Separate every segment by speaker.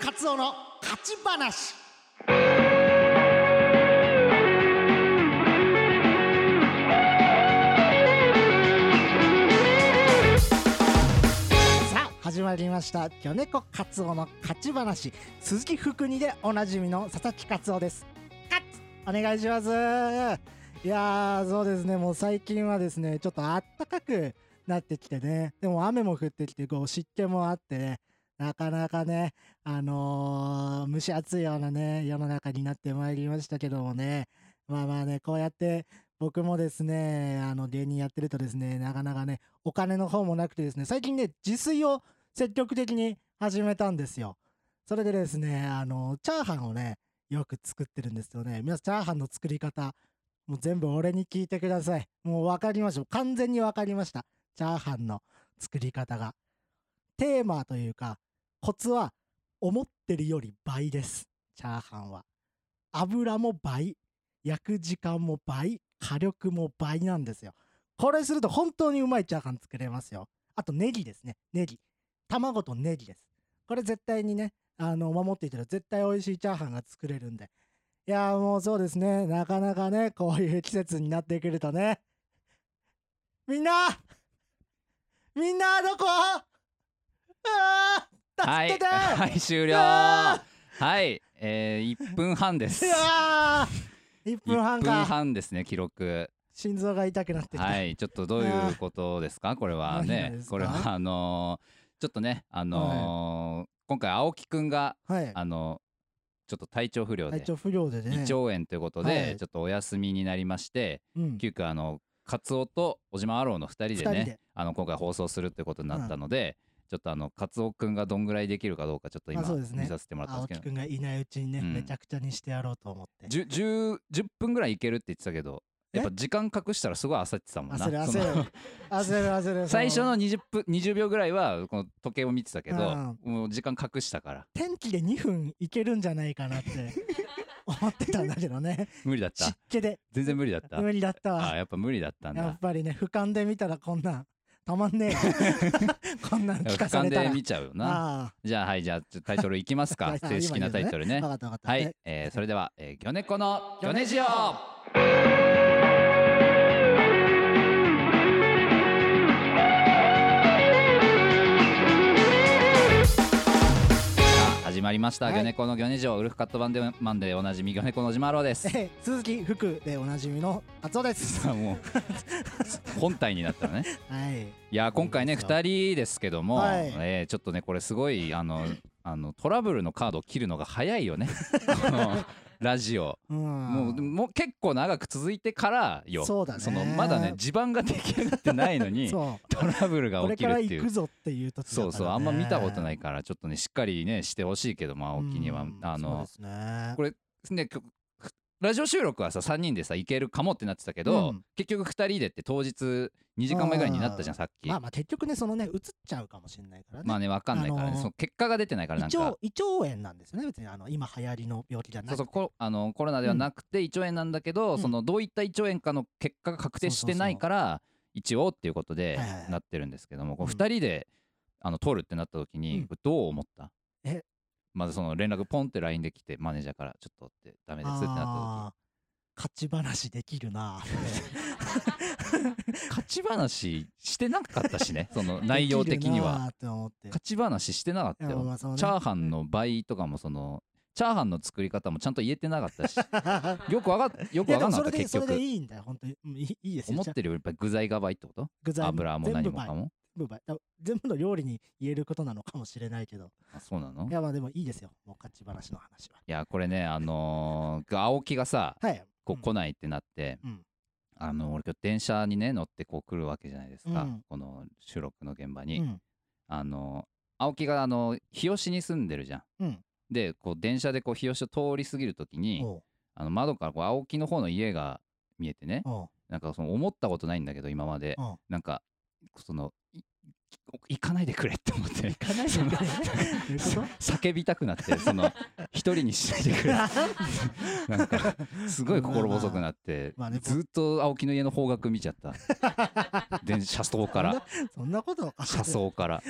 Speaker 1: カツオの勝ち話さあ始まりました「魚猫カツオの勝ち話」鈴木福にでおなじみの佐々木カツオですカツお願いしますいやーそうですねもう最近はですねちょっとあったかくなってきてねでも雨も降ってきてこう湿気もあってねなかなかねあのー蒸し暑いようなね世の中になってまいりましたけどもねまあまあねこうやって僕もですねあの芸人やってるとですねなかなかねお金の方もなくてですね最近ね自炊を積極的に始めたんですよそれでですねあのチャーハンをねよく作ってるんですよね皆さんチャーハンの作り方もう全部俺に聞いてくださいもう分かりました完全に分かりましたチャーハンの作り方がテーマというかコツは思ってるより倍ですチャーハンは油も倍焼く時間も倍火力も倍なんですよこれすると本当にうまいチャーハン作れますよあとネギですねネギ卵とネギですこれ絶対にねあの守っていたら絶対美味しいチャーハンが作れるんでいやーもうそうですねなかなかねこういう季節になってくるとねみんなみんなどこああ
Speaker 2: は
Speaker 1: 助
Speaker 2: い
Speaker 1: けて、
Speaker 2: はい終了
Speaker 1: あ
Speaker 2: はいえー、1分半です
Speaker 1: いやー1分半
Speaker 2: 1分
Speaker 1: か
Speaker 2: 半ですね記 録
Speaker 1: 心臓が痛くなってきた、
Speaker 2: はいちょっとどういうことですかこれは
Speaker 1: 何が
Speaker 2: ね
Speaker 1: ですか
Speaker 2: これはあのーちょっとねあのー今回青木くんが
Speaker 1: はい
Speaker 2: あのちょっと体調不良
Speaker 1: 体
Speaker 2: で
Speaker 1: 調不良で
Speaker 2: 胃
Speaker 1: ね
Speaker 2: 腸炎ということで、
Speaker 1: はい
Speaker 2: ちょっとお休みになりまして
Speaker 1: うん
Speaker 2: 急遽あのカツオと小島アローの2人で
Speaker 1: 二
Speaker 2: ね
Speaker 1: 人で
Speaker 2: あの今回放送するってことになったので、ちょっとあのカツオくんがどんぐらいできるかどうかちょっと今
Speaker 1: あそうですね
Speaker 2: 見させてもらったん
Speaker 1: 青
Speaker 2: です
Speaker 1: 木
Speaker 2: け
Speaker 1: く
Speaker 2: ど
Speaker 1: んがいないうちにね、
Speaker 2: うん
Speaker 1: めちゃくちゃにしてやろうと思って
Speaker 2: じゅ 10, 10分ぐらいいけるって言ってたけどやっぱ時間隠したらすごい焦ってたもんな
Speaker 1: 焦る
Speaker 2: その
Speaker 1: 焦る焦る焦る そ
Speaker 2: 最初の20分20秒ぐらいはこの時計を見てたけど、
Speaker 1: うん
Speaker 2: もう時間隠したから
Speaker 1: 天気で2分いけるんじゃないかなって 思ってたんだけどね
Speaker 2: 無理だっ
Speaker 1: 湿
Speaker 2: た
Speaker 1: 気で
Speaker 2: 全然無理だった
Speaker 1: 無理だった
Speaker 2: あ
Speaker 1: わ
Speaker 2: やっぱ無理だったん
Speaker 1: や
Speaker 2: だ
Speaker 1: っぱりね俯瞰で見たらこんなんたまんねえよ こんなん
Speaker 2: やっ
Speaker 1: 聞
Speaker 2: ぱ
Speaker 1: かさ
Speaker 2: 俯瞰
Speaker 1: れた
Speaker 2: で
Speaker 1: ら
Speaker 2: 見ちゃうよな
Speaker 1: あ
Speaker 2: じゃあはいじゃあちょっとタイトルいきます
Speaker 1: は
Speaker 2: か
Speaker 1: いはい
Speaker 2: 正式なタイトル
Speaker 1: あ
Speaker 2: ね
Speaker 1: 分かった分かった
Speaker 2: はい
Speaker 1: で、
Speaker 2: えー、それでは、えー、魚猫の魚ネジオ始まりました、
Speaker 1: はい
Speaker 2: 魚猫の魚ネジオウルフカットバンデマンでおなじみ魚猫のじまろうで す
Speaker 1: え鈴木福でおなじみのカツオです
Speaker 2: さあもう本体になったのね
Speaker 1: はい
Speaker 2: いやー今回ね
Speaker 1: いいですよ
Speaker 2: 2人ですけども、
Speaker 1: はい
Speaker 2: えーちょっとねこれすごいあのあのトラブルのカードを切るのが早いよ ねこのラジオ
Speaker 1: うん
Speaker 2: もうもう結構長く続いてからよ
Speaker 1: そうだね
Speaker 2: のまだね地盤が出来上がってないのに
Speaker 1: そう
Speaker 2: トラブルが
Speaker 1: これ
Speaker 2: 起きる
Speaker 1: から
Speaker 2: ってい
Speaker 1: 行く
Speaker 2: う。
Speaker 1: ぞっていう時だから
Speaker 2: そ
Speaker 1: ね
Speaker 2: うそうあんま見たことないからちょっとねしっかりねしてほしいけどまあ青木には
Speaker 1: うん
Speaker 2: あの
Speaker 1: そうですね
Speaker 2: これねきょラジオ収録はさ3人でさ行けるかもってなってたけど、
Speaker 1: うん
Speaker 2: 結局2人でって当日2時間前ぐらいになったじゃんさっき
Speaker 1: まあまあ結局ねそのね映っちゃうかもしれないからね
Speaker 2: まあね、わかんないからね、
Speaker 1: あのー
Speaker 2: その結果が出てないから、なん
Speaker 1: 胃腸
Speaker 2: か。
Speaker 1: 胃腸炎なんですよね別にあの今流行りの病気じゃな
Speaker 2: そう
Speaker 1: い
Speaker 2: そうコあのコロナではなくて胃腸炎なんだけど、
Speaker 1: うん
Speaker 2: そのどういった胃腸炎かの結果が確定してないから一応っていうことで
Speaker 1: はいはいはい
Speaker 2: なってるんですけども、こう
Speaker 1: うん
Speaker 2: 2人であの取るってなった時に、
Speaker 1: うん
Speaker 2: これどう思った
Speaker 1: え
Speaker 2: まずその連絡ポンって LINE で来てマネージャーから「ちょっと」って「ダメです」ってなった
Speaker 1: あー勝ち話できるなって
Speaker 2: 時勝ち話してなかった しねその 内容的には
Speaker 1: できるなーって思って
Speaker 2: 勝ち話してなかった
Speaker 1: いやまあ
Speaker 2: よ
Speaker 1: まあそのね
Speaker 2: チャーハンの倍とかもそのチャーハンの作り方もちゃんと言えてなかった しよくわかっよ
Speaker 1: い
Speaker 2: く
Speaker 1: や
Speaker 2: わかん
Speaker 1: でも
Speaker 2: な
Speaker 1: そ
Speaker 2: かった
Speaker 1: れで
Speaker 2: 結
Speaker 1: それで
Speaker 2: 局
Speaker 1: いいんだよ本当にうんいいいいですよ
Speaker 2: 思ってるよりやっぱり具材が倍ってこと
Speaker 1: 具材
Speaker 2: 油も何もか
Speaker 1: 全
Speaker 2: も
Speaker 1: 部倍全部倍全部の料理に言えることなのかもしれないけど
Speaker 2: あそうなの
Speaker 1: いやまあでもいいですよもう勝ち話の話はい
Speaker 2: やこれねあのー、青木がさ
Speaker 1: はい
Speaker 2: こ
Speaker 1: う
Speaker 2: うん来ないってなって、
Speaker 1: うん
Speaker 2: あの俺今日電車にね乗ってこう来るわけじゃないですか、
Speaker 1: うん
Speaker 2: この収録の現場
Speaker 1: う
Speaker 2: に、
Speaker 1: ん
Speaker 2: あのー青木があの日吉に住んでるじゃん
Speaker 1: うん
Speaker 2: でこう電車でこう日吉を通り過ぎるときに
Speaker 1: おう
Speaker 2: あの窓からこう青木の方の家が見えてね
Speaker 1: おう
Speaker 2: なんかその思ったことないんだけど今まで
Speaker 1: おう
Speaker 2: なんかそのい行かないでくれって思って
Speaker 1: 行かないでくれ どういうこ
Speaker 2: 叫びたくなってその一人にしないで くれなんかすごい心細くなって
Speaker 1: まあまあまあね
Speaker 2: ずっと青木の家の方角見ちゃった電車窓から
Speaker 1: そんなこと
Speaker 2: 車窓から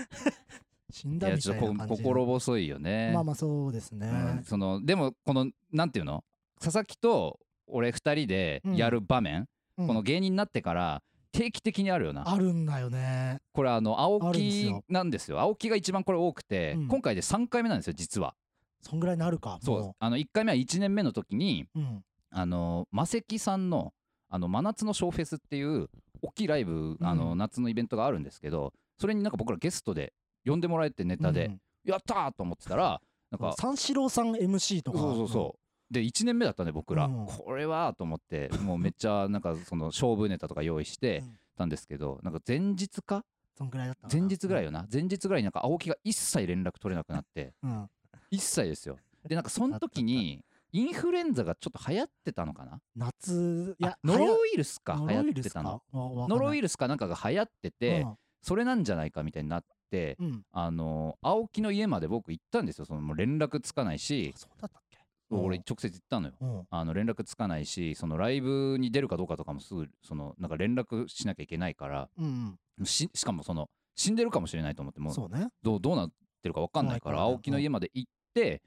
Speaker 1: 死ん
Speaker 2: い
Speaker 1: だみ
Speaker 2: やちょ
Speaker 1: た
Speaker 2: っ
Speaker 1: い
Speaker 2: とこ
Speaker 1: な感じ
Speaker 2: 心細いよね。
Speaker 1: まあまあそうですね、
Speaker 2: うんそのでもこのなんていうの佐々木と俺2人でやる場面、
Speaker 1: うん
Speaker 2: この芸人になってから定期的にあるよな
Speaker 1: あるんだよね
Speaker 2: これあの青
Speaker 1: あるんです
Speaker 2: 木
Speaker 1: よ
Speaker 2: なんですよ青木が一番これ多くて、
Speaker 1: うん
Speaker 2: 今回で3回目なんですよ実は
Speaker 1: そんぐらいになるか
Speaker 2: そうあの1回目は1年目の時に
Speaker 1: う、うん、
Speaker 2: あのマセキさんのあの真夏のショーフェスっていう大きいライブ、あ
Speaker 1: う
Speaker 2: の
Speaker 1: ん
Speaker 2: 夏のイベントがあるんですけどそれになんか僕らゲストで呼んでもらえてネタで、
Speaker 1: うん
Speaker 2: やったーと思ってたらなんか
Speaker 1: 三四郎さん MC とか
Speaker 2: そうそうそうで1年目だったね僕ら、
Speaker 1: うん
Speaker 2: これはと思ってもうめっちゃなんかその勝負ネタとか用意して
Speaker 1: うん
Speaker 2: たんですけどなんか前日か
Speaker 1: そんぐらいだったかな
Speaker 2: 前日ぐらいよな前日ぐらいになんか青木が一切連絡取れなくなって
Speaker 1: うんうん
Speaker 2: 一切ですよでなんかその時にインフルエンザがちょっと流行ってたのかな
Speaker 1: 夏いや
Speaker 2: あノロ
Speaker 1: はや
Speaker 2: ウイルスか流行ってたのノ
Speaker 1: ノ
Speaker 2: ロウ
Speaker 1: イ
Speaker 2: イルスかなんかが流行ってて、それなんじゃないかみたいになって
Speaker 1: うんうん
Speaker 2: あの青木の家まで僕行ったんですよそのもう連絡つかないし
Speaker 1: あそうだったっけうん
Speaker 2: 俺直接行ったのよ
Speaker 1: うん
Speaker 2: あの連絡つかないしそのライブに出るかどうかとかもすぐそのなんか連絡しなきゃいけないから
Speaker 1: うん
Speaker 2: ししかもその死んでるかもしれないと思って
Speaker 1: う
Speaker 2: も
Speaker 1: ん
Speaker 2: う
Speaker 1: そうね
Speaker 2: どうどうなってるか分かんないから
Speaker 1: 怖いからね
Speaker 2: 青木の家まで行って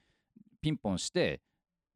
Speaker 2: ピンポンして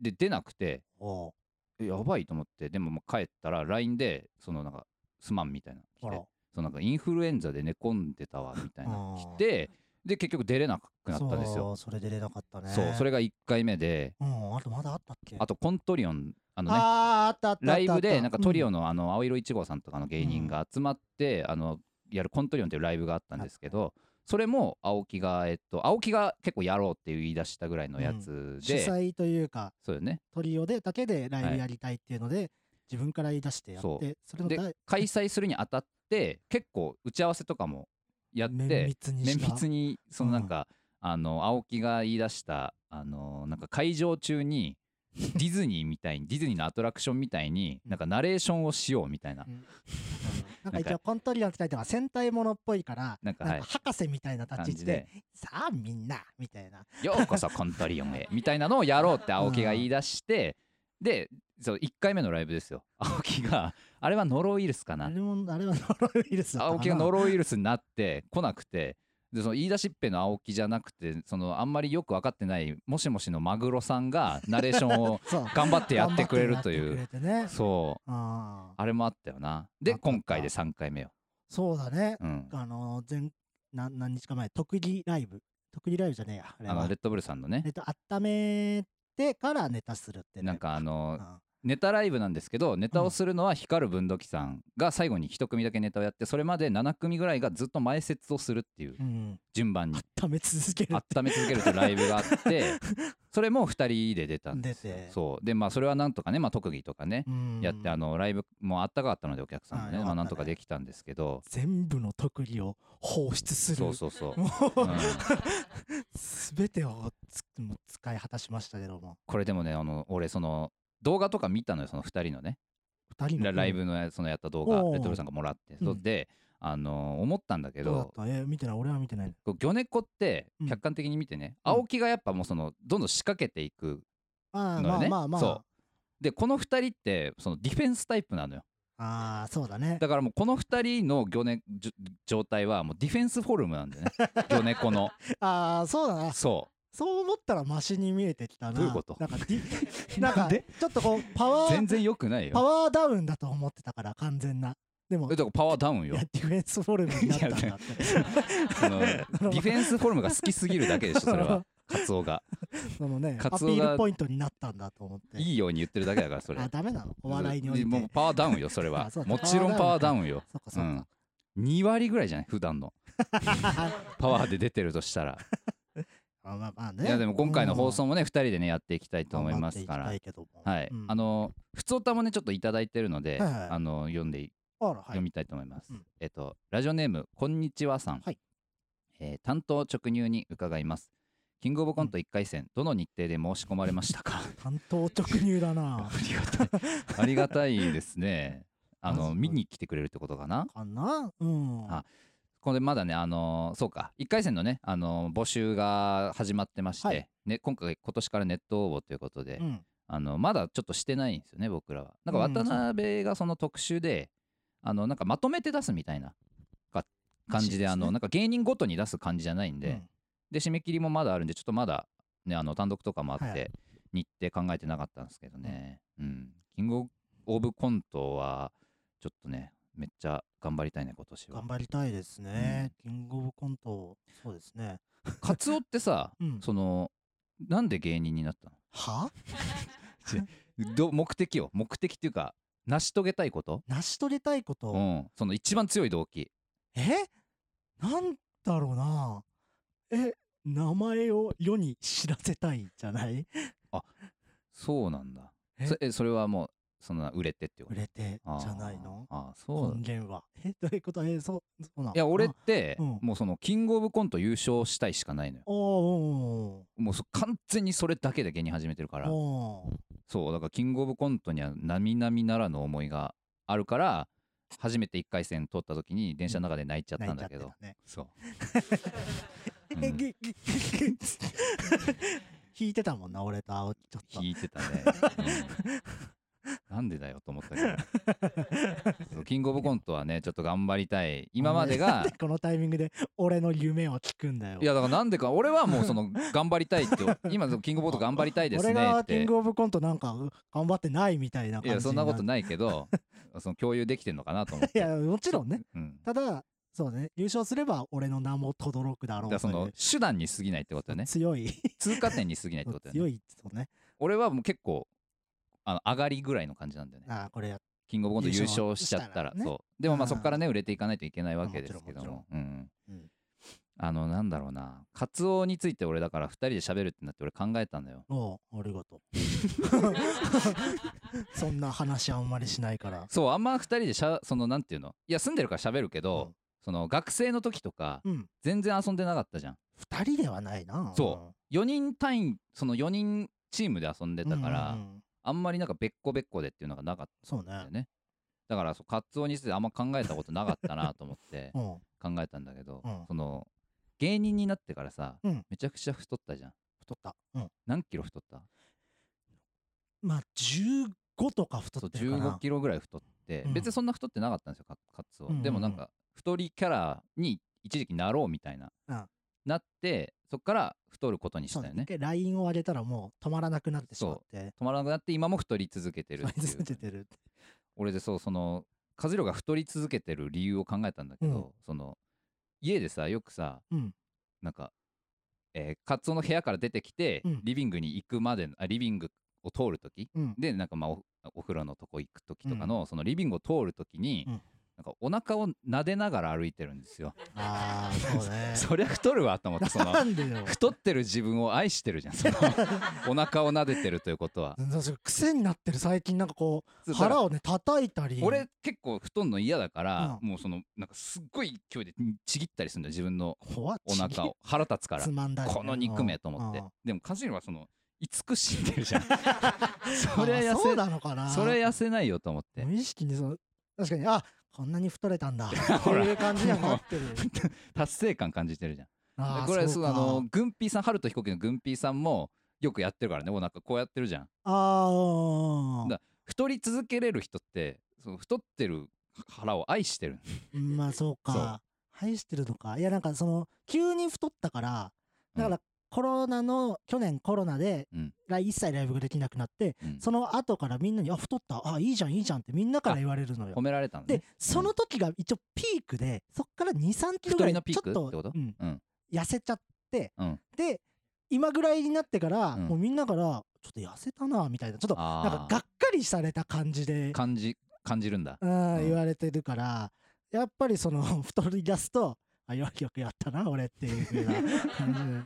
Speaker 2: で出なくて
Speaker 1: おう
Speaker 2: えやばいと思ってでももう帰ったら LINE でそのなんかすまんみたいなの
Speaker 1: あ
Speaker 2: 来
Speaker 1: ら
Speaker 2: てそのなんかインフルエンザで寝込んでたわみたいなの来てで結局出れなくなったんですよ
Speaker 1: そうそれ出れなかったね
Speaker 2: そうそれが1回目で
Speaker 1: うんあとまだあったっけ
Speaker 2: あとコントリオンあのね
Speaker 1: あーあったあったあった
Speaker 2: ライブでなんかトリオ
Speaker 1: の
Speaker 2: のあの青色1号さんとかの芸人が集まってあのやるコントリオンっていうライブがあったんですけどそれも青木がえっと青木が結構やろうっていう言い出したぐらいのやつ
Speaker 1: 主
Speaker 2: で
Speaker 1: 催というか
Speaker 2: そうよね
Speaker 1: トリオでだけでライ
Speaker 2: は
Speaker 1: ブ
Speaker 2: い
Speaker 1: やりたいっていうので自分から言い出してやっ
Speaker 2: そ
Speaker 1: てそれの
Speaker 2: で
Speaker 1: 第
Speaker 2: 開催するにあたって結構打ち合わせとかもやっ
Speaker 1: 綿
Speaker 2: て
Speaker 1: 密に
Speaker 2: 綿
Speaker 1: した
Speaker 2: 密にそのなんかあの青木が言い出したあのなんか会場中にディズニーみたいに ディズニーのアトラクションみたいになんかナレーションをしようみたいな
Speaker 1: うんなんか一応コントリオンって書いては戦隊ものっぽいから
Speaker 2: なんか
Speaker 1: な
Speaker 2: は
Speaker 1: ん
Speaker 2: い
Speaker 1: か博士みたいな
Speaker 2: 感
Speaker 1: 立ち位置
Speaker 2: じ
Speaker 1: で
Speaker 2: で
Speaker 1: さあみんなみたいな
Speaker 2: ようこそコントリオンへみたいなのをやろうって青木が言い出して、でそう1回目のライブですよ青木があれはノロウイルスか
Speaker 1: あ
Speaker 2: な
Speaker 1: れもあれはノロウイルスだったかな
Speaker 2: 青木がノロウイルスになって来なくてでその言い出しっぺの青木じゃなくてそのあんまりよく分かってないもしもしのマグロさんがナレーション を
Speaker 1: そう
Speaker 2: 頑張ってやってくれるとい
Speaker 1: 頑張
Speaker 2: う
Speaker 1: ってやってくれてね
Speaker 2: そう
Speaker 1: あー
Speaker 2: あれもあったよな
Speaker 1: あ
Speaker 2: で
Speaker 1: ったあった
Speaker 2: 今回で3回目よ、
Speaker 1: そうだね
Speaker 2: うん、
Speaker 1: あの前何何日か前特技ライブ特技ライブじゃねえやあれ
Speaker 2: あの
Speaker 1: は
Speaker 2: レッドブルさんのね
Speaker 1: えっと温めてからネタするってね
Speaker 2: なんかあの
Speaker 1: うん
Speaker 2: ネタライブなんですけどネタをするのは光る文土器さんが最後に一組だけネタをやってそれまで7組ぐらいがずっと前説をするっていう
Speaker 1: うん
Speaker 2: 順 番に
Speaker 1: 温め続けるって
Speaker 2: 温め続けるというライブがあって それも2人で出たんですよ
Speaker 1: 出て
Speaker 2: そうでまあそれはなんとかね、まあ、特技とかね、
Speaker 1: うん
Speaker 2: やってあのライブもあったかかったのでお客さんも
Speaker 1: あ
Speaker 2: ね
Speaker 1: よかったね
Speaker 2: まあ、なんとかできたんですけど
Speaker 1: 全部の特技を放出する
Speaker 2: そうそうそう、
Speaker 1: も う、
Speaker 2: うん
Speaker 1: すべてをつもう使い果たしましたけども
Speaker 2: これでもねあの俺その動画とか見たのよその2人のね
Speaker 1: 二人
Speaker 2: ラ
Speaker 1: の
Speaker 2: ライ
Speaker 1: うん
Speaker 2: ブのやそのやった動画レ
Speaker 1: おー
Speaker 2: ッドブルさんがもらって、
Speaker 1: うん
Speaker 2: であの思ったんだけ
Speaker 1: どうだ
Speaker 2: ど
Speaker 1: ったえー見てない俺は見てない
Speaker 2: こう魚猫って
Speaker 1: うん
Speaker 2: 客観的に見てね、
Speaker 1: うん
Speaker 2: 青木がやっぱもうそのどんどん仕掛けていく
Speaker 1: あ
Speaker 2: の
Speaker 1: あま
Speaker 2: よ
Speaker 1: あ
Speaker 2: ね、
Speaker 1: まあまあ
Speaker 2: そうでこの2人ってそのディフェンスタイプなのよ
Speaker 1: ああそうだね
Speaker 2: だからもうこの2人の魚猫じょ状態はもうディフェンスフォルムなんだよ ね魚猫の
Speaker 1: ああそうだな
Speaker 2: そ
Speaker 1: そう思ったらマシに見えてきたな
Speaker 2: どういうこと
Speaker 1: なんかデ ィ
Speaker 2: う
Speaker 1: なんか
Speaker 2: で
Speaker 1: ちょっとこうパワ
Speaker 2: 全
Speaker 1: ー
Speaker 2: 然良くないよ
Speaker 1: パワーダウンだと思ってたから完全なでも
Speaker 2: えだからパワーダウン
Speaker 1: い
Speaker 2: よ
Speaker 1: やディフェンスフォルムになったんだって
Speaker 2: いやそ のディフェンスフォルムが好きすぎるだけでしょそれはカツ オが
Speaker 1: その ねア
Speaker 2: カ
Speaker 1: ピ
Speaker 2: ツオが
Speaker 1: ールポイントになったんだと思って
Speaker 2: いいように言ってるだけだからそれ
Speaker 1: あダメなのお笑いにおいて
Speaker 2: もうパワーダウンよ それ
Speaker 1: あ
Speaker 2: は
Speaker 1: そうだ
Speaker 2: もちろんパワーダウンよ
Speaker 1: そっかそっか、
Speaker 2: 2割ぐらいじゃない普 段のパワーで出てるとしたら
Speaker 1: あまあまあ
Speaker 2: い
Speaker 1: ね
Speaker 2: やでも今回の放
Speaker 1: も
Speaker 2: 送もね2人でねやっていきたいと思いますから
Speaker 1: は
Speaker 2: はいい
Speaker 1: けども、うん
Speaker 2: あの普通歌もねちょっといただいてるので
Speaker 1: はいはい
Speaker 2: あの読んでい
Speaker 1: あらはい
Speaker 2: 読みたいと思います
Speaker 1: うん
Speaker 2: えっとラジオネームこんにちはさん
Speaker 1: はい
Speaker 2: えー担当直入に伺いますキングオブコント1回戦どの日程で申し込まれました か
Speaker 1: 担当直入だ
Speaker 2: あ
Speaker 1: な
Speaker 2: りがたいありがたいですねあ
Speaker 1: マジ
Speaker 2: の
Speaker 1: か
Speaker 2: 見に来てくれるってことかな
Speaker 1: かなうん
Speaker 2: あこれまだね、あのーそうか、1回戦のね、あのー募集が始まってまして、
Speaker 1: はい
Speaker 2: ね、今回、今年からネット応募ということで、
Speaker 1: うん
Speaker 2: あのまだちょっとしてないんですよね、僕らは。なんか
Speaker 1: うん
Speaker 2: 渡辺がその特集で、あのなんかまとめて出すみたいなか感じで、
Speaker 1: らしいですね
Speaker 2: あのなんか芸人ごとに出す感じじゃないんで、
Speaker 1: うん
Speaker 2: で締め切りもまだあるんでちょっとまだねあの単独とかもあって、
Speaker 1: はい
Speaker 2: 日程考えてなかったんですけどね、うん、キングオブコントはちょっとねめっちゃ頑張りたいね今年は
Speaker 1: 頑張りたいですね、キングオブコントそうですね
Speaker 2: カツオってさ、
Speaker 1: うん
Speaker 2: そのなんで芸人になった
Speaker 1: は
Speaker 2: のど目的を目的っていうか成し遂げたいこと、
Speaker 1: 成し遂げたいこと、
Speaker 2: うん、その一番強い動機
Speaker 1: えなんだろうなえ名前を世に知らせたいじゃない
Speaker 2: そうなんだ
Speaker 1: え
Speaker 2: そえそれはもうその売れてっていうこ
Speaker 1: 売
Speaker 2: と
Speaker 1: れて
Speaker 2: あー
Speaker 1: じゃないの
Speaker 2: あーそう
Speaker 1: 根源はえどういうことえそうそうなの
Speaker 2: いや俺っ
Speaker 1: あ
Speaker 2: て
Speaker 1: うん
Speaker 2: もうそのキングオブコント優勝したいしかないのよ
Speaker 1: おー
Speaker 2: もうそ完全にそれだけで芸人始めてるか
Speaker 1: おーお
Speaker 2: ら
Speaker 1: ーおー
Speaker 2: そうだからキングオブコントには並々ならぬ思いがあるから初めて1回戦通った時に電車の中で泣いちゃったんだけど、
Speaker 1: 泣いちゃってたね
Speaker 2: そう
Speaker 1: え
Speaker 2: うん
Speaker 1: ぎぎぎぎ 弾いてたもんな俺と青木ちょっと
Speaker 2: 引いてたね、うんなんでだよと思ったけどそうキングオブコントはねちょっと頑張りたい今まで
Speaker 1: なん
Speaker 2: が
Speaker 1: でこのタイミングで俺の夢を聞くんだよ
Speaker 2: いやだからなんでか俺はもうその頑張りたいって今そのキングオブコント頑張りたいですね
Speaker 1: 俺
Speaker 2: っ
Speaker 1: がキ
Speaker 2: て
Speaker 1: ングオブコントなんか頑張ってないみたいな感
Speaker 2: い
Speaker 1: じ
Speaker 2: やそんなこと
Speaker 1: い
Speaker 2: ないけどその共有できてんのかなと思っ
Speaker 1: い
Speaker 2: て
Speaker 1: やもちろ んね
Speaker 2: うん、
Speaker 1: ただそうね優勝すれば俺の名も轟くだろ
Speaker 2: だか
Speaker 1: うとい
Speaker 2: ら
Speaker 1: う
Speaker 2: その手段に過ぎないってことだよね
Speaker 1: 強い
Speaker 2: 通過点に過ぎないってことだよね
Speaker 1: 強いそうね
Speaker 2: 俺はもう結構あの上がりぐらいの感じなんだよね
Speaker 1: ああこれやっ
Speaker 2: キングオブコント優勝しちゃったら
Speaker 1: 優勝したらね
Speaker 2: そうでもまあ
Speaker 1: うん
Speaker 2: そこからね売れていかないといけないわけですけど
Speaker 1: もちろん
Speaker 2: もうん
Speaker 1: うん
Speaker 2: あのなんだろうなカツオについて俺だから2人で喋るってなって俺考えたんだよ
Speaker 1: おうありがと うそんな話あんまりしないから
Speaker 2: そうあんま2人でしゃそのなんていうのいや住んでるから喋るけど、
Speaker 1: うん
Speaker 2: その学生の時とか
Speaker 1: うん
Speaker 2: 全然遊んでなかったじゃん
Speaker 1: 二人ではないな
Speaker 2: そ4人単位その4人チームで遊んで
Speaker 1: うん
Speaker 2: たから、
Speaker 1: うんうんうん
Speaker 2: あんまりなんかべっこべっこでっていうのがなかっ
Speaker 1: そう
Speaker 2: たんだよ
Speaker 1: ね
Speaker 2: ねだからそうカツオについてあんま考えたことなかったなと思って
Speaker 1: うん
Speaker 2: 考えたんだけど、
Speaker 1: うん
Speaker 2: その芸人になってからさ、
Speaker 1: うん
Speaker 2: めちゃくちゃ太ったじゃん
Speaker 1: 太ったうん
Speaker 2: 何キロ太った
Speaker 1: まあ15とか太
Speaker 2: そう
Speaker 1: ってるか
Speaker 2: 15
Speaker 1: な
Speaker 2: キロぐらい太って、
Speaker 1: うん
Speaker 2: 別にそんな太ってなかったんですよカカツオ、
Speaker 1: うんうんうん
Speaker 2: でもなんか太りキャラに一時期なろうみたいな、
Speaker 1: うん
Speaker 2: なってそっから太ることにした
Speaker 1: そ
Speaker 2: よ
Speaker 1: うね
Speaker 2: ね
Speaker 1: 一回 LINE を上げたらもう止まらなくなってし まって
Speaker 2: 止まらなくなって今も太り続けてる
Speaker 1: 止ま
Speaker 2: って
Speaker 1: り
Speaker 2: いう
Speaker 1: 続けてる
Speaker 2: 俺でそうその和弘が太り続けてる理由を考えたんだけど、
Speaker 1: うん
Speaker 2: その家でさよくさ、
Speaker 1: うん
Speaker 2: なんか、えーカツオの部屋から出てきて、
Speaker 1: うん
Speaker 2: リビングに行くまでのあリビングを通る時
Speaker 1: うん
Speaker 2: でなんかまあおお風呂のとこ行く時とかの、そのリビングを通る時に、
Speaker 1: うん
Speaker 2: なんかお腹を撫でながら歩いてるんですよ。
Speaker 1: ああそうね
Speaker 2: そりゃ太るわと思ってそ の
Speaker 1: なん でよ
Speaker 2: 太ってる自分を愛してるじゃん そのお腹を撫でてるということは。
Speaker 1: なんかそれ癖になってる最近なんかこう腹をね叩いたり
Speaker 2: 俺結構太んの嫌だから、
Speaker 1: う
Speaker 2: もうそのなんかすっごい勢いでちぎったりするんだよ自分の
Speaker 1: 怖っ
Speaker 2: お腹を腹立つから
Speaker 1: つまんだりね
Speaker 2: この肉めと思って
Speaker 1: うんうん
Speaker 2: でもカジュはその慈しんでるじゃ んそ
Speaker 1: そ
Speaker 2: れ
Speaker 1: れ
Speaker 2: 痩
Speaker 1: そう
Speaker 2: せ
Speaker 1: なのかな
Speaker 2: それ痩せないよと思って
Speaker 1: 無意識にその確かにあこんなに太れたんだこ
Speaker 2: ほ
Speaker 1: う
Speaker 2: ら
Speaker 1: いう感じにはなってる
Speaker 2: 達成感感じてるじゃん
Speaker 1: あ
Speaker 2: で
Speaker 1: ー
Speaker 2: これそうあ
Speaker 1: か
Speaker 2: のグンピーさん春と飛行機のグンピーさんもよくやってるからねお腹こうやってるじゃん
Speaker 1: あーうん
Speaker 2: だ太り続けれる人ってその太ってる腹を愛してる
Speaker 1: うんまあそうか愛してるとかいやなんかその急に太ったからだからコロナの去年コロナで
Speaker 2: うん
Speaker 1: ライ一切ライブができなくなって
Speaker 2: うん
Speaker 1: その後からみんなに「あ太ったあいいじゃんいいじゃん」ってみんなから言われるのよ
Speaker 2: 褒められたのね
Speaker 1: で、その時が一応ピークで、そっから2、3キロぐら
Speaker 2: 太り
Speaker 1: い
Speaker 2: のピ
Speaker 1: ち
Speaker 2: ー
Speaker 1: ょ
Speaker 2: ク
Speaker 1: っと
Speaker 2: ってこと
Speaker 1: うん
Speaker 2: うん
Speaker 1: 痩せちゃって、
Speaker 2: うん
Speaker 1: で、今ぐらいになってから、
Speaker 2: うん
Speaker 1: もうみんなから、ちょっと痩せたな、みたいな、ちょっと、
Speaker 2: あ
Speaker 1: な
Speaker 2: ー
Speaker 1: んかがっかりされた感じで、
Speaker 2: 感じ感じるんだ
Speaker 1: うん
Speaker 2: うん
Speaker 1: 言われてるから、やっぱりその、 太り出すと、あ、よよくやったな、俺っていう風な感じで。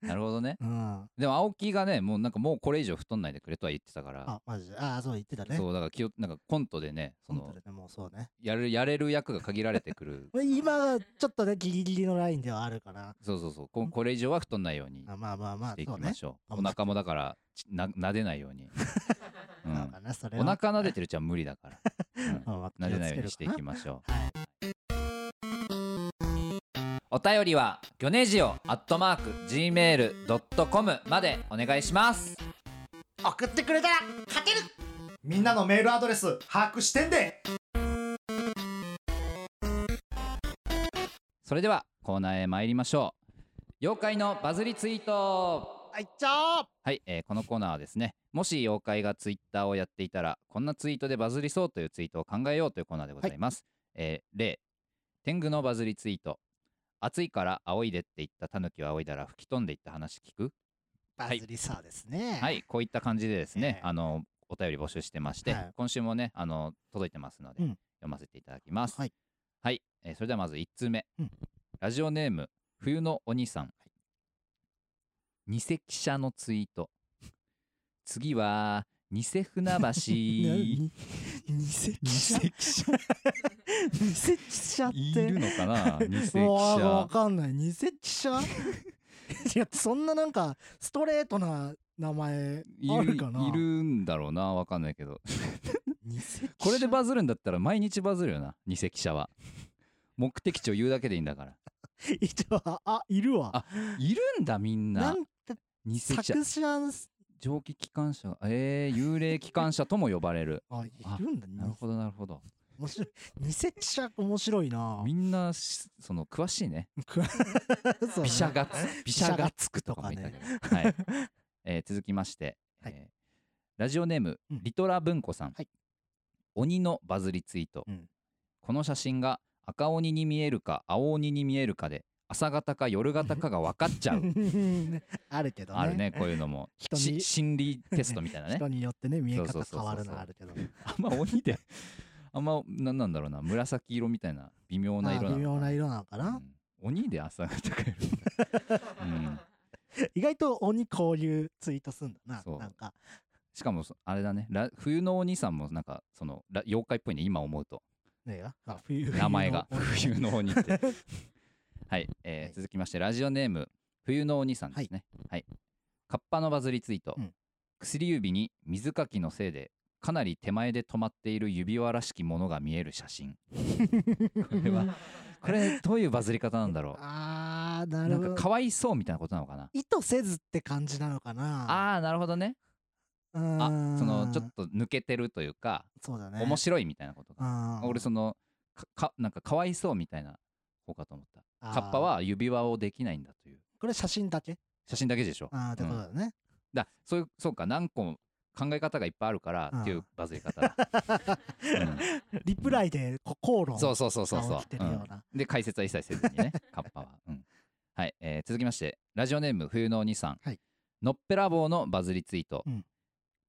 Speaker 2: なるほどね
Speaker 1: うん。
Speaker 2: でも青木がねもうなんかもうこれ以上太んないでくれとは言ってたから
Speaker 1: あ、マジで。あ、そう言ってたね。
Speaker 2: そうだから気をなんかコントでねその
Speaker 1: 本当だねもうそうね。
Speaker 2: やるやれる役が限られてく る
Speaker 1: 今、ちょっとね、ギリギリのラインではあるから、
Speaker 2: そうそうそうここれ以上は太んないように
Speaker 1: あまあまあまあ
Speaker 2: して、いき
Speaker 1: そうね
Speaker 2: ま。しょう
Speaker 1: 頑張
Speaker 2: お
Speaker 1: って
Speaker 2: 腹もだからちな撫でないよう に、う
Speaker 1: なんか
Speaker 2: ん
Speaker 1: ね、それ
Speaker 2: お
Speaker 1: は
Speaker 2: 腹撫でてるうちは無理だ から、うん
Speaker 1: まあ
Speaker 2: 撫でないようにしていき
Speaker 1: ま
Speaker 2: ましょ
Speaker 1: す。はい。
Speaker 2: うお便りはギョネジオアットマーク Gmail.com までお願いします
Speaker 1: 送ってくれたら勝てる
Speaker 3: みんなのメールアドレス把握してんで
Speaker 2: それではコーナーへ参りましょう妖怪のバズりツイート
Speaker 1: はい、じゃあ
Speaker 2: はい、えーこのコーナーはですねもし妖怪がツイッターをやっていたらこんなツイートでバズりそうというツイートを考えようというコーナーでございます、えー例天狗のバズりツイート暑いから仰いでって言ったタヌキは仰いだら吹き飛んでいった話聞く
Speaker 1: バズりそうですね。
Speaker 2: はい、こういった感じでですね、
Speaker 1: ええ
Speaker 2: あのお便り募集してまして、
Speaker 1: はい
Speaker 2: 今週もねあの届いてますので、
Speaker 1: うん
Speaker 2: 読ませていただきます。
Speaker 1: はい、
Speaker 2: はいえーそれではまず1通目、
Speaker 1: うん
Speaker 2: ラジオネーム冬のお兄さん、偽記者のツイート次は偽船橋
Speaker 1: なに。
Speaker 2: い
Speaker 1: に偽記者偽記者って
Speaker 2: るのかな偽記
Speaker 1: もうわ
Speaker 2: 者
Speaker 1: かんない偽記 者いやそんななんかストレートな名前
Speaker 2: い
Speaker 1: あ
Speaker 2: る
Speaker 1: るかない
Speaker 2: るんだろうなわかんないけど
Speaker 1: 偽記者
Speaker 2: これでバズるんだったら毎日バズるよな偽記者は目的地を言うだけでいいんだから
Speaker 1: 一応あいるわ
Speaker 2: あいるんだみんな
Speaker 1: な
Speaker 2: ん
Speaker 1: て
Speaker 2: 偽記者
Speaker 1: 作者の
Speaker 2: 蒸気機関車えー、幽霊機関車とも呼ばれ る
Speaker 1: あいるんだ
Speaker 2: なるほどなるほど
Speaker 1: 面白い偽記者面白いな
Speaker 2: みんなしその詳しいね
Speaker 1: く そう
Speaker 2: 美写
Speaker 1: ね
Speaker 2: がつ美写がつくとかも言ったけど、はいえー続きまして、
Speaker 1: はい
Speaker 2: えーラジオネーム、
Speaker 1: うん
Speaker 2: リトラ文庫さん、
Speaker 1: はい
Speaker 2: 鬼のバズりツイート、
Speaker 1: うん
Speaker 2: この写真が赤鬼に見えるか青鬼に見えるかで朝方か夜型かが分かっちゃ う
Speaker 1: あるけどね
Speaker 2: あるねこういうのも
Speaker 1: 人に
Speaker 2: し心理テストみたいなね
Speaker 1: 人によってね見え
Speaker 2: そ
Speaker 1: 方
Speaker 2: うそうそうそう
Speaker 1: 変わるのはあるけど
Speaker 2: あんま鬼であんまなんなんだろうな紫色みたいな微妙な
Speaker 1: あ
Speaker 2: 色なの
Speaker 1: 微妙な色なのか
Speaker 2: う
Speaker 1: なん
Speaker 2: 鬼で朝方かよ、 うん、
Speaker 1: 意外と鬼こういうツイートすんだな
Speaker 2: そう
Speaker 1: なんか
Speaker 2: しかもそあれだねら冬のお兄さんもなんかそのら妖怪っぽいね今思うと
Speaker 1: ねえあ冬 冬の
Speaker 2: 名前が
Speaker 1: 鬼
Speaker 2: 冬の鬼って はい、えー
Speaker 1: はい
Speaker 2: 続きましてラジオネーム冬のお兄さんですねはい、カッパのバズりツイート、
Speaker 1: うん
Speaker 2: 薬指に水かきのせいでかなり手前で止まっている指輪らしきものが見える写 真これはこれどういうバズり方なんだろ
Speaker 1: あー
Speaker 2: う
Speaker 1: な
Speaker 2: な
Speaker 1: る
Speaker 2: ん
Speaker 1: ほ
Speaker 2: か
Speaker 1: ど
Speaker 2: かわいそうみたいなことなのかな
Speaker 1: 意図せずって感じなのかな
Speaker 2: ああーなるほどね
Speaker 1: あ
Speaker 2: あそのちょっと抜けてるというか、
Speaker 1: そうだね
Speaker 2: 面白いみたいなことが、
Speaker 1: あー
Speaker 2: 俺そのかかなんかかわいそうみたいな方かと思っ
Speaker 1: あ
Speaker 2: た
Speaker 1: ー
Speaker 2: カッパは指輪をできないんだという
Speaker 1: これ写真だけ
Speaker 2: 写真だけでしょ
Speaker 1: ああって
Speaker 2: う
Speaker 1: こ
Speaker 2: ん
Speaker 1: とだよね、
Speaker 2: だそういうそうか何個も考え方がいっぱいあるからっていうバズり方だ、
Speaker 1: リプライでこう口
Speaker 2: うん
Speaker 1: 論
Speaker 2: そうそうそうそうそう
Speaker 1: 起きてるような、
Speaker 2: うんで解説は一切せずに ねカッパは、うんはい、えー続きましてラジオネーム冬のお兄さん、
Speaker 1: はい
Speaker 2: のっぺらぼうのバズりツイート、
Speaker 1: うん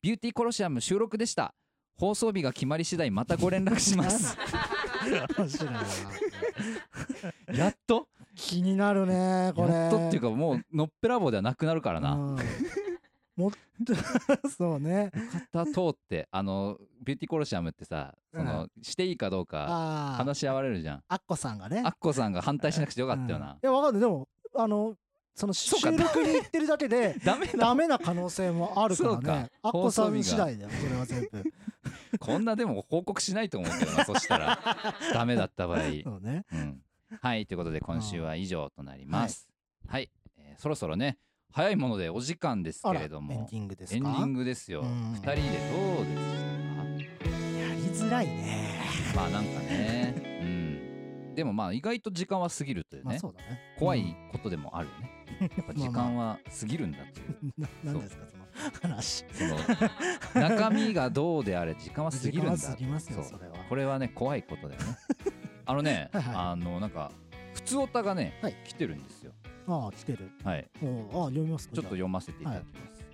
Speaker 2: ビューティーコロシアム収録でした放送日が決まり次第またご連絡します
Speaker 1: 面白いな
Speaker 2: やっと
Speaker 1: 気になるね これ
Speaker 2: やっとっていうかもうのっぺらぼうではなくなるからな、よ
Speaker 1: うんもっと そうね
Speaker 2: かった通ってあのビューティーコロシアムってさその、していいかどうか
Speaker 1: ああ
Speaker 2: 話し合われるじゃん
Speaker 1: あっこさんがね
Speaker 2: アッコさんが反対しなくてよかったよ
Speaker 1: うん
Speaker 2: な、
Speaker 1: いやわかんないでもあのその収
Speaker 2: そうか
Speaker 1: 録に行ってるだ けで
Speaker 2: ダメだ
Speaker 1: ダメな可能性もあるか
Speaker 2: そう
Speaker 1: ら
Speaker 2: か
Speaker 1: ねアッコさ
Speaker 2: 放送日
Speaker 1: ん
Speaker 2: が
Speaker 1: 次第だよそれは全部
Speaker 2: こんなでも報告しないと思うけどなそしたら ダメだった場合、
Speaker 1: そうね
Speaker 2: うん、はいということで今週は以上となりますはい、えーそろそろね早いものでお時間です
Speaker 1: あ
Speaker 2: け
Speaker 1: らエ
Speaker 2: れ
Speaker 1: ンデ
Speaker 2: ども
Speaker 1: ィングです
Speaker 2: エンデ
Speaker 1: か
Speaker 2: ィングですよ
Speaker 1: うん
Speaker 2: 2人でどうでしたか
Speaker 1: やりづらいね
Speaker 2: まあなんかね、うん。でもまあ意外と時間は過ぎるという
Speaker 1: ま
Speaker 2: ね、
Speaker 1: あそうだね
Speaker 2: 怖いことでもあるよね。やっぱ 時間は過ぎるんだという。
Speaker 1: ななんですかその話
Speaker 2: その中身がどうであれ時間は過ぎるんだ
Speaker 1: 時間は過ぎますよ
Speaker 2: そ
Speaker 1: そうれは
Speaker 2: これはね怖いことだよねあのね
Speaker 1: はいはい
Speaker 2: あのなんか普通オタがね、
Speaker 1: はい
Speaker 2: 来てるんですよ
Speaker 1: ああ来てる
Speaker 2: はい
Speaker 1: おうああ読みますか
Speaker 2: ちょっと
Speaker 1: じゃ
Speaker 2: 読ませていただきます、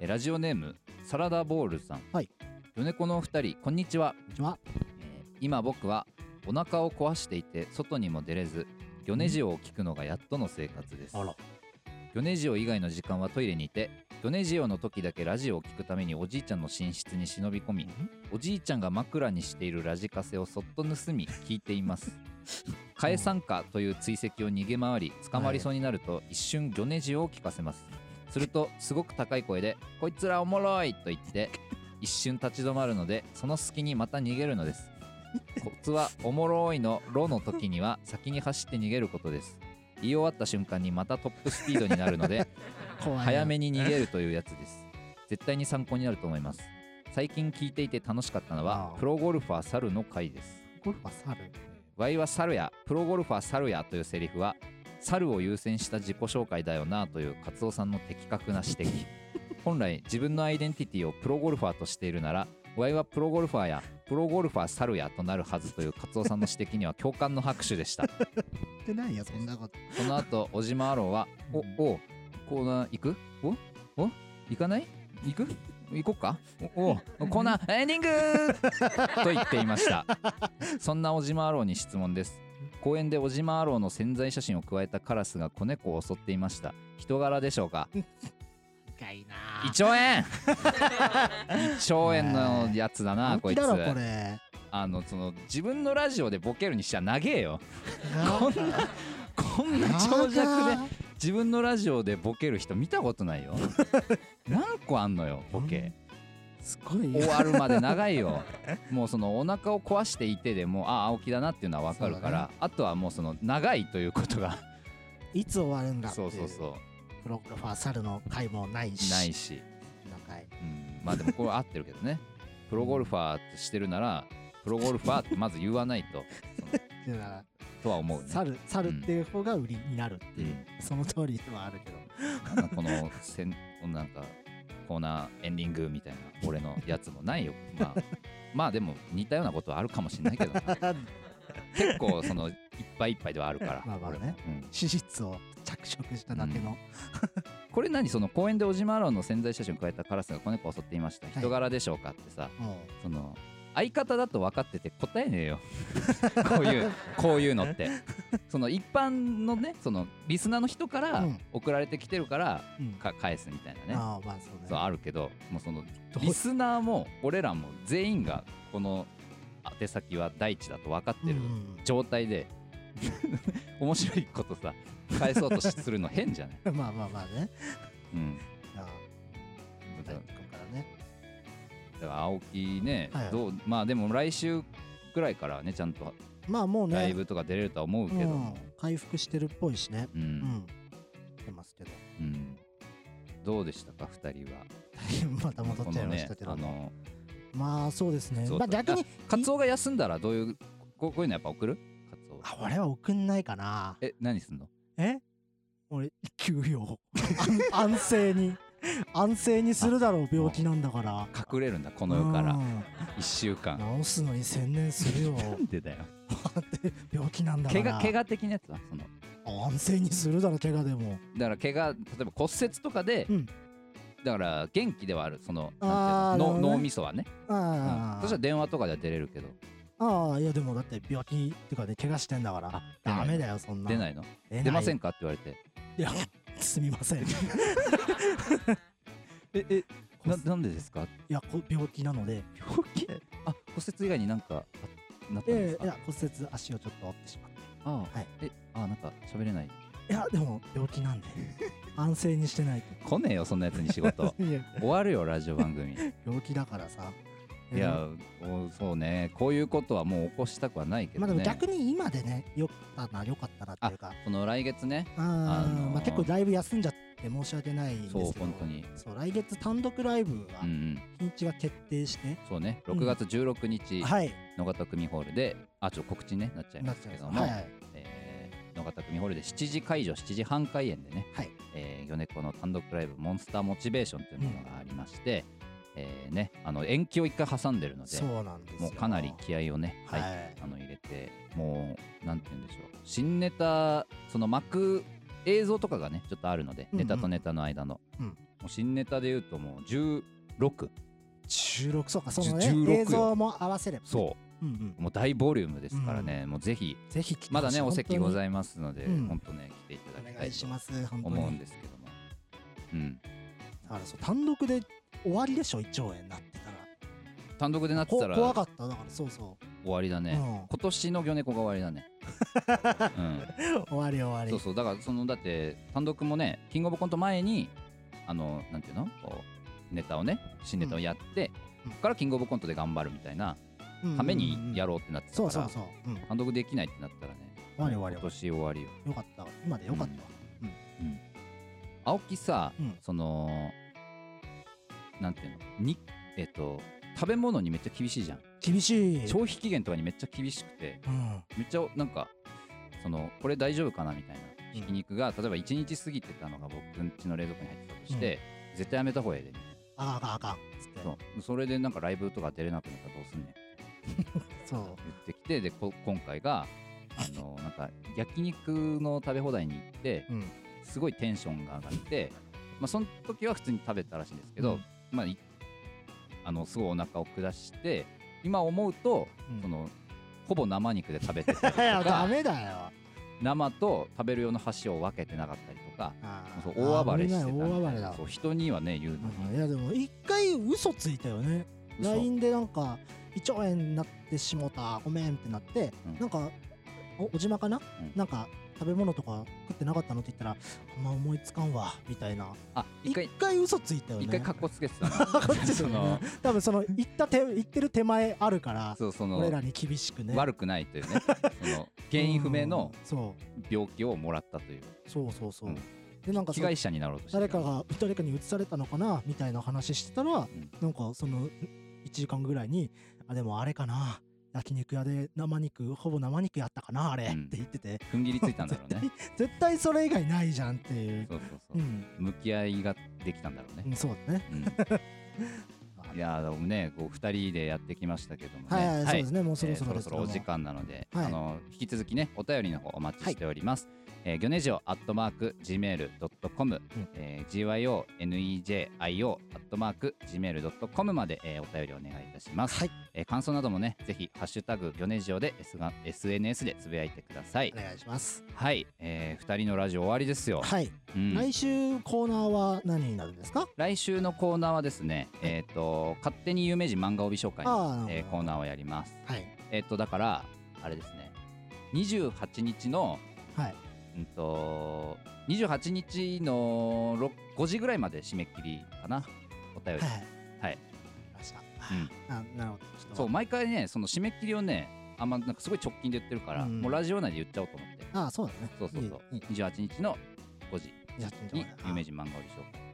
Speaker 2: えラジオネームサラダボールさん
Speaker 1: はい
Speaker 2: 米子のお二人こんにちは
Speaker 1: あこんにちは
Speaker 2: えー今僕はお腹を壊していて外にも出れず魚ネジオを聞くのがやっとの生活です
Speaker 1: あら
Speaker 2: 魚ネジオ以外の時間はトイレにいて魚ネジオの時だけラジオを聞くためにおじいちゃんの寝室に忍び込みおじいちゃんが枕にしているラジカセをそっと盗み聞いていますカエサンカという追跡を逃げ回り捕まりそうになると一瞬魚ネジオを聞かせますするとすごく高い声で「こいつらおもろい!」と言って一瞬立ち止まるのでその隙にまた逃げるのですコツはおもろいのロの時には先に走って逃げることです言い終わった瞬間にまたトップスピードになるので
Speaker 1: 怖いな
Speaker 2: 早めに逃げるというやつです絶対に参考になると思います最近聞いていて楽しかったのは
Speaker 1: ああ
Speaker 2: プロゴルファー猿の回です
Speaker 1: ゴルファー猿
Speaker 2: ワイは猿やプロゴルファー猿やというセリフは猿を優先した自己紹介だよなというカツオさんの的確な指摘本来自分のアイデンティティをプロゴルファーとしているならワイはプロゴルファーやプロゴルファー猿やとなるはずというカツオさんの指摘には共感の拍手でした
Speaker 1: ってないやそんなこと
Speaker 2: その後、小島アローは、お、お、コーナー行くお、お、行かない行く行こっかお、お、コーナーエンディング と言っていました。そんな小島アローに質問です。公園で小島アローの潜在写真を加えたカラスが子猫を襲っていました。人柄でしょうか
Speaker 1: かいな
Speaker 2: ?1 兆 円 !1 兆円のやつだな、こ
Speaker 1: 本
Speaker 2: い
Speaker 1: 気
Speaker 2: つ。
Speaker 1: だろこれ
Speaker 2: あの、その、自分のラジオでボケるにしちゃ長えよ。こんな、こんな長尺で。自分のラジオでボケる人見たことない よ何個あんのよボケ
Speaker 1: すごい
Speaker 2: 終わるまで長いよもうそのお腹を壊していてでもああ青木だなっていうのは分かる
Speaker 1: そ
Speaker 2: か
Speaker 1: うだ
Speaker 2: ら、あとはもうその長いということが
Speaker 1: いつ終わるんだってい
Speaker 2: そうそう
Speaker 1: う
Speaker 2: そ
Speaker 1: プログラファー猿の回もないし
Speaker 2: うないし、
Speaker 1: なんかい
Speaker 2: うん、まあでもこれ合ってるけどねプロゴルファーってしてるならプロゴルファーってまず言わないと
Speaker 1: だから
Speaker 2: とは思うね、
Speaker 1: 猿猿っていう方が売りになるっていう、
Speaker 2: うん
Speaker 1: その通りではあるけど
Speaker 2: なんかこのせん なんかコーナーエンディングみたいな俺のやつも ないよまあまあでも似たようなことはあるかもしれないけど な結構そのいっぱいいっぱいではあるから
Speaker 1: まあまあね
Speaker 2: 俺もうん
Speaker 1: 史実を着色しただけの、
Speaker 2: これ何その公園でオジマローの潜在写真を加えたカラスが子猫を襲っていました
Speaker 1: い
Speaker 2: 人柄でしょうかってさ
Speaker 1: も
Speaker 2: その相方だと分かってて答えねえよ こういうこういうのってその一般のねそのリスナーの人から
Speaker 1: うん
Speaker 2: 送られてきてるから
Speaker 1: う、うん
Speaker 2: か返すみたいなね
Speaker 1: ああまあそうね
Speaker 2: そうあるけどもうその
Speaker 1: どう
Speaker 2: リスナーも俺らも全員がこの宛先は大地だと分かってる
Speaker 1: うんうん
Speaker 2: 状態で、 面白いことさ返そうとしするの変じゃない、
Speaker 1: まあまあまあね
Speaker 2: うん、
Speaker 1: ああ
Speaker 2: だ
Speaker 1: 大
Speaker 2: だ
Speaker 1: 地君からね
Speaker 2: から青木ね、
Speaker 1: はい
Speaker 2: どうまあでも来週くらいからはねちゃんと
Speaker 1: まあもうね
Speaker 2: ライブとか出れるとは思うけど
Speaker 1: う
Speaker 2: も
Speaker 1: ん、回復してるっぽいしね
Speaker 2: うん
Speaker 1: うん出てますけど
Speaker 2: うんどうでしたか2人は
Speaker 1: また戻っちゃいましたけど
Speaker 2: このね
Speaker 1: まあそうです
Speaker 2: あ
Speaker 1: ね
Speaker 2: の
Speaker 1: まあ逆に
Speaker 2: カツオが休んだらどういうここういうのやっぱ送るカツオ
Speaker 1: あ俺は送んないかな
Speaker 2: え何すんの
Speaker 1: え俺休養安安静に安静にするだろう病気なんだから
Speaker 2: 隠れるんだこの世から
Speaker 1: う
Speaker 2: 1週間
Speaker 1: ん治すのに専念するよ
Speaker 2: なんでだよ
Speaker 1: 病気なんだか
Speaker 2: 怪
Speaker 1: ら
Speaker 2: 我怪我的なやつはその
Speaker 1: 安静にするだろ怪我でも
Speaker 2: だから怪我例えば骨折とかで、
Speaker 1: うん
Speaker 2: だから元気ではあるそのな
Speaker 1: あー
Speaker 2: んていうの
Speaker 1: なるほどね
Speaker 2: 脳脳みそはね、うん
Speaker 1: ああ、
Speaker 2: そしたら電話とかでは出れるけど
Speaker 1: ああいやでもだって病気っていうかね怪我してんだから
Speaker 2: あ
Speaker 1: ダメだよそんな
Speaker 2: 出
Speaker 1: い
Speaker 2: ないの
Speaker 1: 出ない
Speaker 2: 出ませんかって言われて
Speaker 1: いやすみません い
Speaker 2: ええななんでですか
Speaker 1: やこ病気なので
Speaker 2: 病気あ骨折以外になんかあなったんで
Speaker 1: え
Speaker 2: すか、
Speaker 1: いや骨折足をちょっと折ってしまって
Speaker 2: あー、
Speaker 1: はい
Speaker 2: えあーなんか喋れない
Speaker 1: いやでも病気なんで安静にしてないと
Speaker 2: 来ねえよそんなやつに仕 事
Speaker 1: いや
Speaker 2: 終わるよラジオ番組
Speaker 1: 病気だからさ
Speaker 2: いやおそうねこういうことはもう起こしたくはないけ
Speaker 1: で
Speaker 2: ど
Speaker 1: もまあで
Speaker 2: ね、
Speaker 1: も逆に今でねよかったなよかったなっていうか
Speaker 2: その来月ね
Speaker 1: あー、
Speaker 2: のー
Speaker 1: まあ、結構だいぶ休んじゃって申し訳ないんですけど
Speaker 2: そう本当に
Speaker 1: そう来月単独ライブは
Speaker 2: うんうん
Speaker 1: 日にちが決定して、
Speaker 2: そうね
Speaker 1: うん
Speaker 2: 6月16日、
Speaker 1: はい
Speaker 2: 野方組ホールであちょっと告知ねなっちゃい
Speaker 1: な
Speaker 2: ま
Speaker 1: っ
Speaker 2: す
Speaker 1: ちゃ
Speaker 2: け
Speaker 1: い
Speaker 2: ど
Speaker 1: ます
Speaker 2: も、
Speaker 1: はいはい
Speaker 2: えー野方組ホールで7時会場7時半開演でね、
Speaker 1: はい
Speaker 2: えー、米子の単独ライブ「モンスターモチベーション」というものがありまして、えーね、あの延期を1回挟んでるので
Speaker 1: そうなんです
Speaker 2: も
Speaker 1: よ
Speaker 2: うかなり気合をね、
Speaker 1: は、
Speaker 2: はいいあの入れてもうなんて言うんでしょう新ネタその幕映像とかがねちょっとあるので、
Speaker 1: うんう
Speaker 2: ネ
Speaker 1: ん
Speaker 2: タとネタの間の、
Speaker 1: うん
Speaker 2: もう新ネタで言うともう16
Speaker 1: 16そうかそのね
Speaker 2: 16よ
Speaker 1: 映像も合わせればね、、
Speaker 2: そう
Speaker 1: うん
Speaker 2: うもう大ボリュームですからね、もうぜひ
Speaker 1: うん、ぜひ来てほしい
Speaker 2: まだねお席ご
Speaker 1: 本
Speaker 2: ざいますので、
Speaker 1: 当に
Speaker 2: 本当ね来ていた
Speaker 1: 当に
Speaker 2: だき
Speaker 1: お
Speaker 2: た
Speaker 1: 願
Speaker 2: い
Speaker 1: いし
Speaker 2: と
Speaker 1: ます本当に
Speaker 2: 思うんですけども、うん、
Speaker 1: だからそう単独で終わりでしょ1兆円なってたら
Speaker 2: 単独でなって
Speaker 1: こ
Speaker 2: たら
Speaker 1: 怖か
Speaker 2: 終
Speaker 1: っただからそうそ
Speaker 2: わりだ
Speaker 1: う、
Speaker 2: ね、今年の魚猫が終わりだ ね、う
Speaker 1: うん、終わり終わ
Speaker 2: ん、
Speaker 1: り
Speaker 2: そうそうだからそのだって単独もねキングオブコント前にあのなんていうのこうネタをね新ネタをやって、
Speaker 1: うん
Speaker 2: ここからキングオブコントで頑張るみたいなためにやろうってなってたか
Speaker 1: そ
Speaker 2: ら、
Speaker 1: うそうそう、うん、終
Speaker 2: 単独できないってなったらね
Speaker 1: わり終わり
Speaker 2: 今年終わりよ
Speaker 1: よかった今でよかったわ、
Speaker 2: 青木さ、
Speaker 1: うん
Speaker 2: そのなんていうのにえっと食べ物にめっちゃ厳しいじゃん
Speaker 1: 厳しい、
Speaker 2: 消費期限とかにめっちゃ厳しくて
Speaker 1: うん、
Speaker 2: めっちゃなんかそのこれ大丈夫かなみたいなひき肉が例えば1日過ぎてたのが僕ん家の冷蔵庫に入ってたとして、絶対やめた方がええでみたいな
Speaker 1: あかんあかんあかんっつって
Speaker 2: そうそれでなんかライブとか出れなくなったらどうすんねん
Speaker 1: そ
Speaker 2: 言
Speaker 1: う
Speaker 2: ってきてでこ今回があのなんか焼肉の食べ放題に行って
Speaker 1: うん
Speaker 2: すごいテンションが上がって、まあ、その時は普通に食べたらしいんですけど、
Speaker 1: うん
Speaker 2: まあ、いあのすごいお腹を下して今思うと、
Speaker 1: うん
Speaker 2: そのほぼ生肉で食べてたり
Speaker 1: いや
Speaker 2: と
Speaker 1: ダ
Speaker 2: か
Speaker 1: メだよ
Speaker 2: 生と食べる用の箸を分けてなかったりとか
Speaker 1: あー
Speaker 2: そう大暴れしてた
Speaker 1: 危
Speaker 2: ん
Speaker 1: な
Speaker 2: で
Speaker 1: い大暴れだ
Speaker 2: そう人にはね言うのに
Speaker 1: うんいやでも一回嘘ついたよね
Speaker 2: 嘘
Speaker 1: LINE でなんか胃腸炎になってしもたごめんってなって、
Speaker 2: うん
Speaker 1: なんかおおじまかな、
Speaker 2: うん
Speaker 1: なんか食べ物とか食ってなかったのって言ったらあんま思いつかんわみたいな
Speaker 2: あ一
Speaker 1: 一回
Speaker 2: 回
Speaker 1: 嘘ついたよね
Speaker 2: 一回かっこつけて た
Speaker 1: かっこつけてた
Speaker 2: そ
Speaker 1: よね
Speaker 2: の
Speaker 1: 多分その言った手言ってる手前あるから
Speaker 2: そうその
Speaker 1: 俺らに厳しくね
Speaker 2: 悪くないというねその原因不明の
Speaker 1: うんそ
Speaker 2: 病気をもらったと いう
Speaker 1: うそうそうそう、
Speaker 2: うん
Speaker 1: でなんか
Speaker 2: 被
Speaker 1: その
Speaker 2: 害者になろうとして
Speaker 1: 誰かが誰かに移されたのかなみたいな話してたら、
Speaker 2: ん
Speaker 1: なんかその1時間ぐらいにあでもあれかな焼肉屋で生肉ほぼ生肉やったかなあれ、
Speaker 2: うん
Speaker 1: って言ってて
Speaker 2: 踏ん切りついたんだろうね
Speaker 1: 絶対それ以外ないじゃんって いう
Speaker 2: そうそうそうう、
Speaker 1: ん、
Speaker 2: 向き合いができたんだろう
Speaker 1: う
Speaker 2: ね、
Speaker 1: ん、そうだね
Speaker 2: うん いやーでもねこう2人でやってきましたけどもね
Speaker 1: はいはい、そうですねもうそ
Speaker 2: え
Speaker 1: ろ
Speaker 2: ー
Speaker 1: そ
Speaker 2: そ
Speaker 1: ろ
Speaker 2: ろ
Speaker 1: です
Speaker 2: そ
Speaker 1: けど
Speaker 2: ろ
Speaker 1: も
Speaker 2: お時間なので、
Speaker 1: はい
Speaker 2: あの引き続きねお便りの方お待ちしております、えーギョネジオアットマーク Gmail.com、
Speaker 1: うん
Speaker 2: えー GYONEJIO アットマーク Gmail.com まで、えーお便りお願いいたします、
Speaker 1: はい
Speaker 2: えー感想などもねぜひハッシュタグギョネジオで S が SNS でつぶやいてください
Speaker 1: お願いします
Speaker 2: はい、え2人のラジオ終わりですよ、
Speaker 1: はい、
Speaker 2: うん
Speaker 1: 来週コーナーは何になるんですか
Speaker 2: 来週のコーナーはですね、えっ、と勝手に有名人漫画帯紹介の、
Speaker 1: ああなるほど
Speaker 2: えーコーナーをやります。
Speaker 1: はい
Speaker 2: えっ、とだからあれですね、28日の
Speaker 1: はい
Speaker 2: うんと28日のろ5時ぐらいまで締め切りかな。お便り。
Speaker 1: はい
Speaker 2: はい。
Speaker 1: 明日、
Speaker 2: うん
Speaker 1: あなるほどちょっと
Speaker 2: そう毎回ねその締め切りをねあんまなんかすごい直近で言ってるから、
Speaker 1: うん
Speaker 2: もうラジオ内で言っちゃおうと思って。
Speaker 1: あそうだね
Speaker 2: そうそうそう。
Speaker 1: いいいい
Speaker 2: 28日の5時
Speaker 1: やってみても
Speaker 2: に
Speaker 1: らえた
Speaker 2: 有名人漫画帯紹介。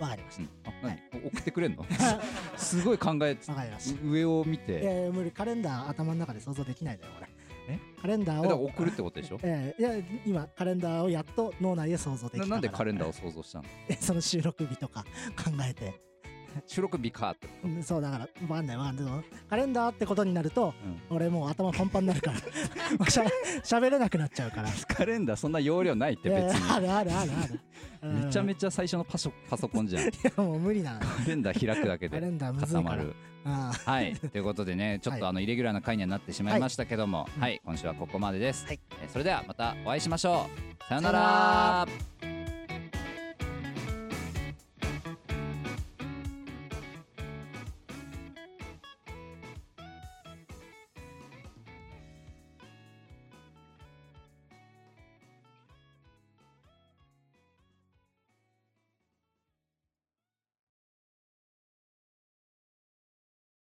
Speaker 1: わかりまし
Speaker 2: うん。あ何、
Speaker 1: はい
Speaker 2: お送ってくれんの？
Speaker 1: た
Speaker 2: すごい考えつ
Speaker 1: わかりました
Speaker 2: 上を見て。
Speaker 1: いやいや無理カレンダー頭の中で想像できないだよ俺
Speaker 2: え
Speaker 1: カレンダ
Speaker 2: えだか
Speaker 1: ー
Speaker 2: ら
Speaker 1: を
Speaker 2: 送るってことでしょ
Speaker 1: ええいや今カレンダーをやっと脳内で想像できた
Speaker 2: ななんでカレンダー
Speaker 1: を
Speaker 2: を想像したの
Speaker 1: その収録日とか 考えて
Speaker 2: 収録日かってこ
Speaker 1: うんそうだから分かんない分かんないそのカレンダーってことになると
Speaker 2: と、うん
Speaker 1: 俺もう頭パンパンになるから しゃ喋れなくなっちゃうからい
Speaker 2: カレンダーそんな容量ないって
Speaker 1: やい
Speaker 2: 別
Speaker 1: やあ
Speaker 2: に
Speaker 1: るあるあるある
Speaker 2: めちゃめ
Speaker 1: ち
Speaker 2: ちゃ最初のパソパソコン じゃんカ
Speaker 1: ゃもう無理なの
Speaker 2: レンダー開くだけ
Speaker 1: カレ
Speaker 2: で
Speaker 1: ンダーむず
Speaker 2: 固
Speaker 1: いか
Speaker 2: ま
Speaker 1: ら
Speaker 2: る
Speaker 1: ああ
Speaker 2: はいということでね ちょっと
Speaker 1: はい
Speaker 2: あのイレギュラーな回にはなってしまいましたけどもはい
Speaker 1: い、
Speaker 2: 今週はここまでです、
Speaker 1: はい
Speaker 2: えーそれではまたお会いしましょうさような
Speaker 1: さような
Speaker 2: ら
Speaker 1: ら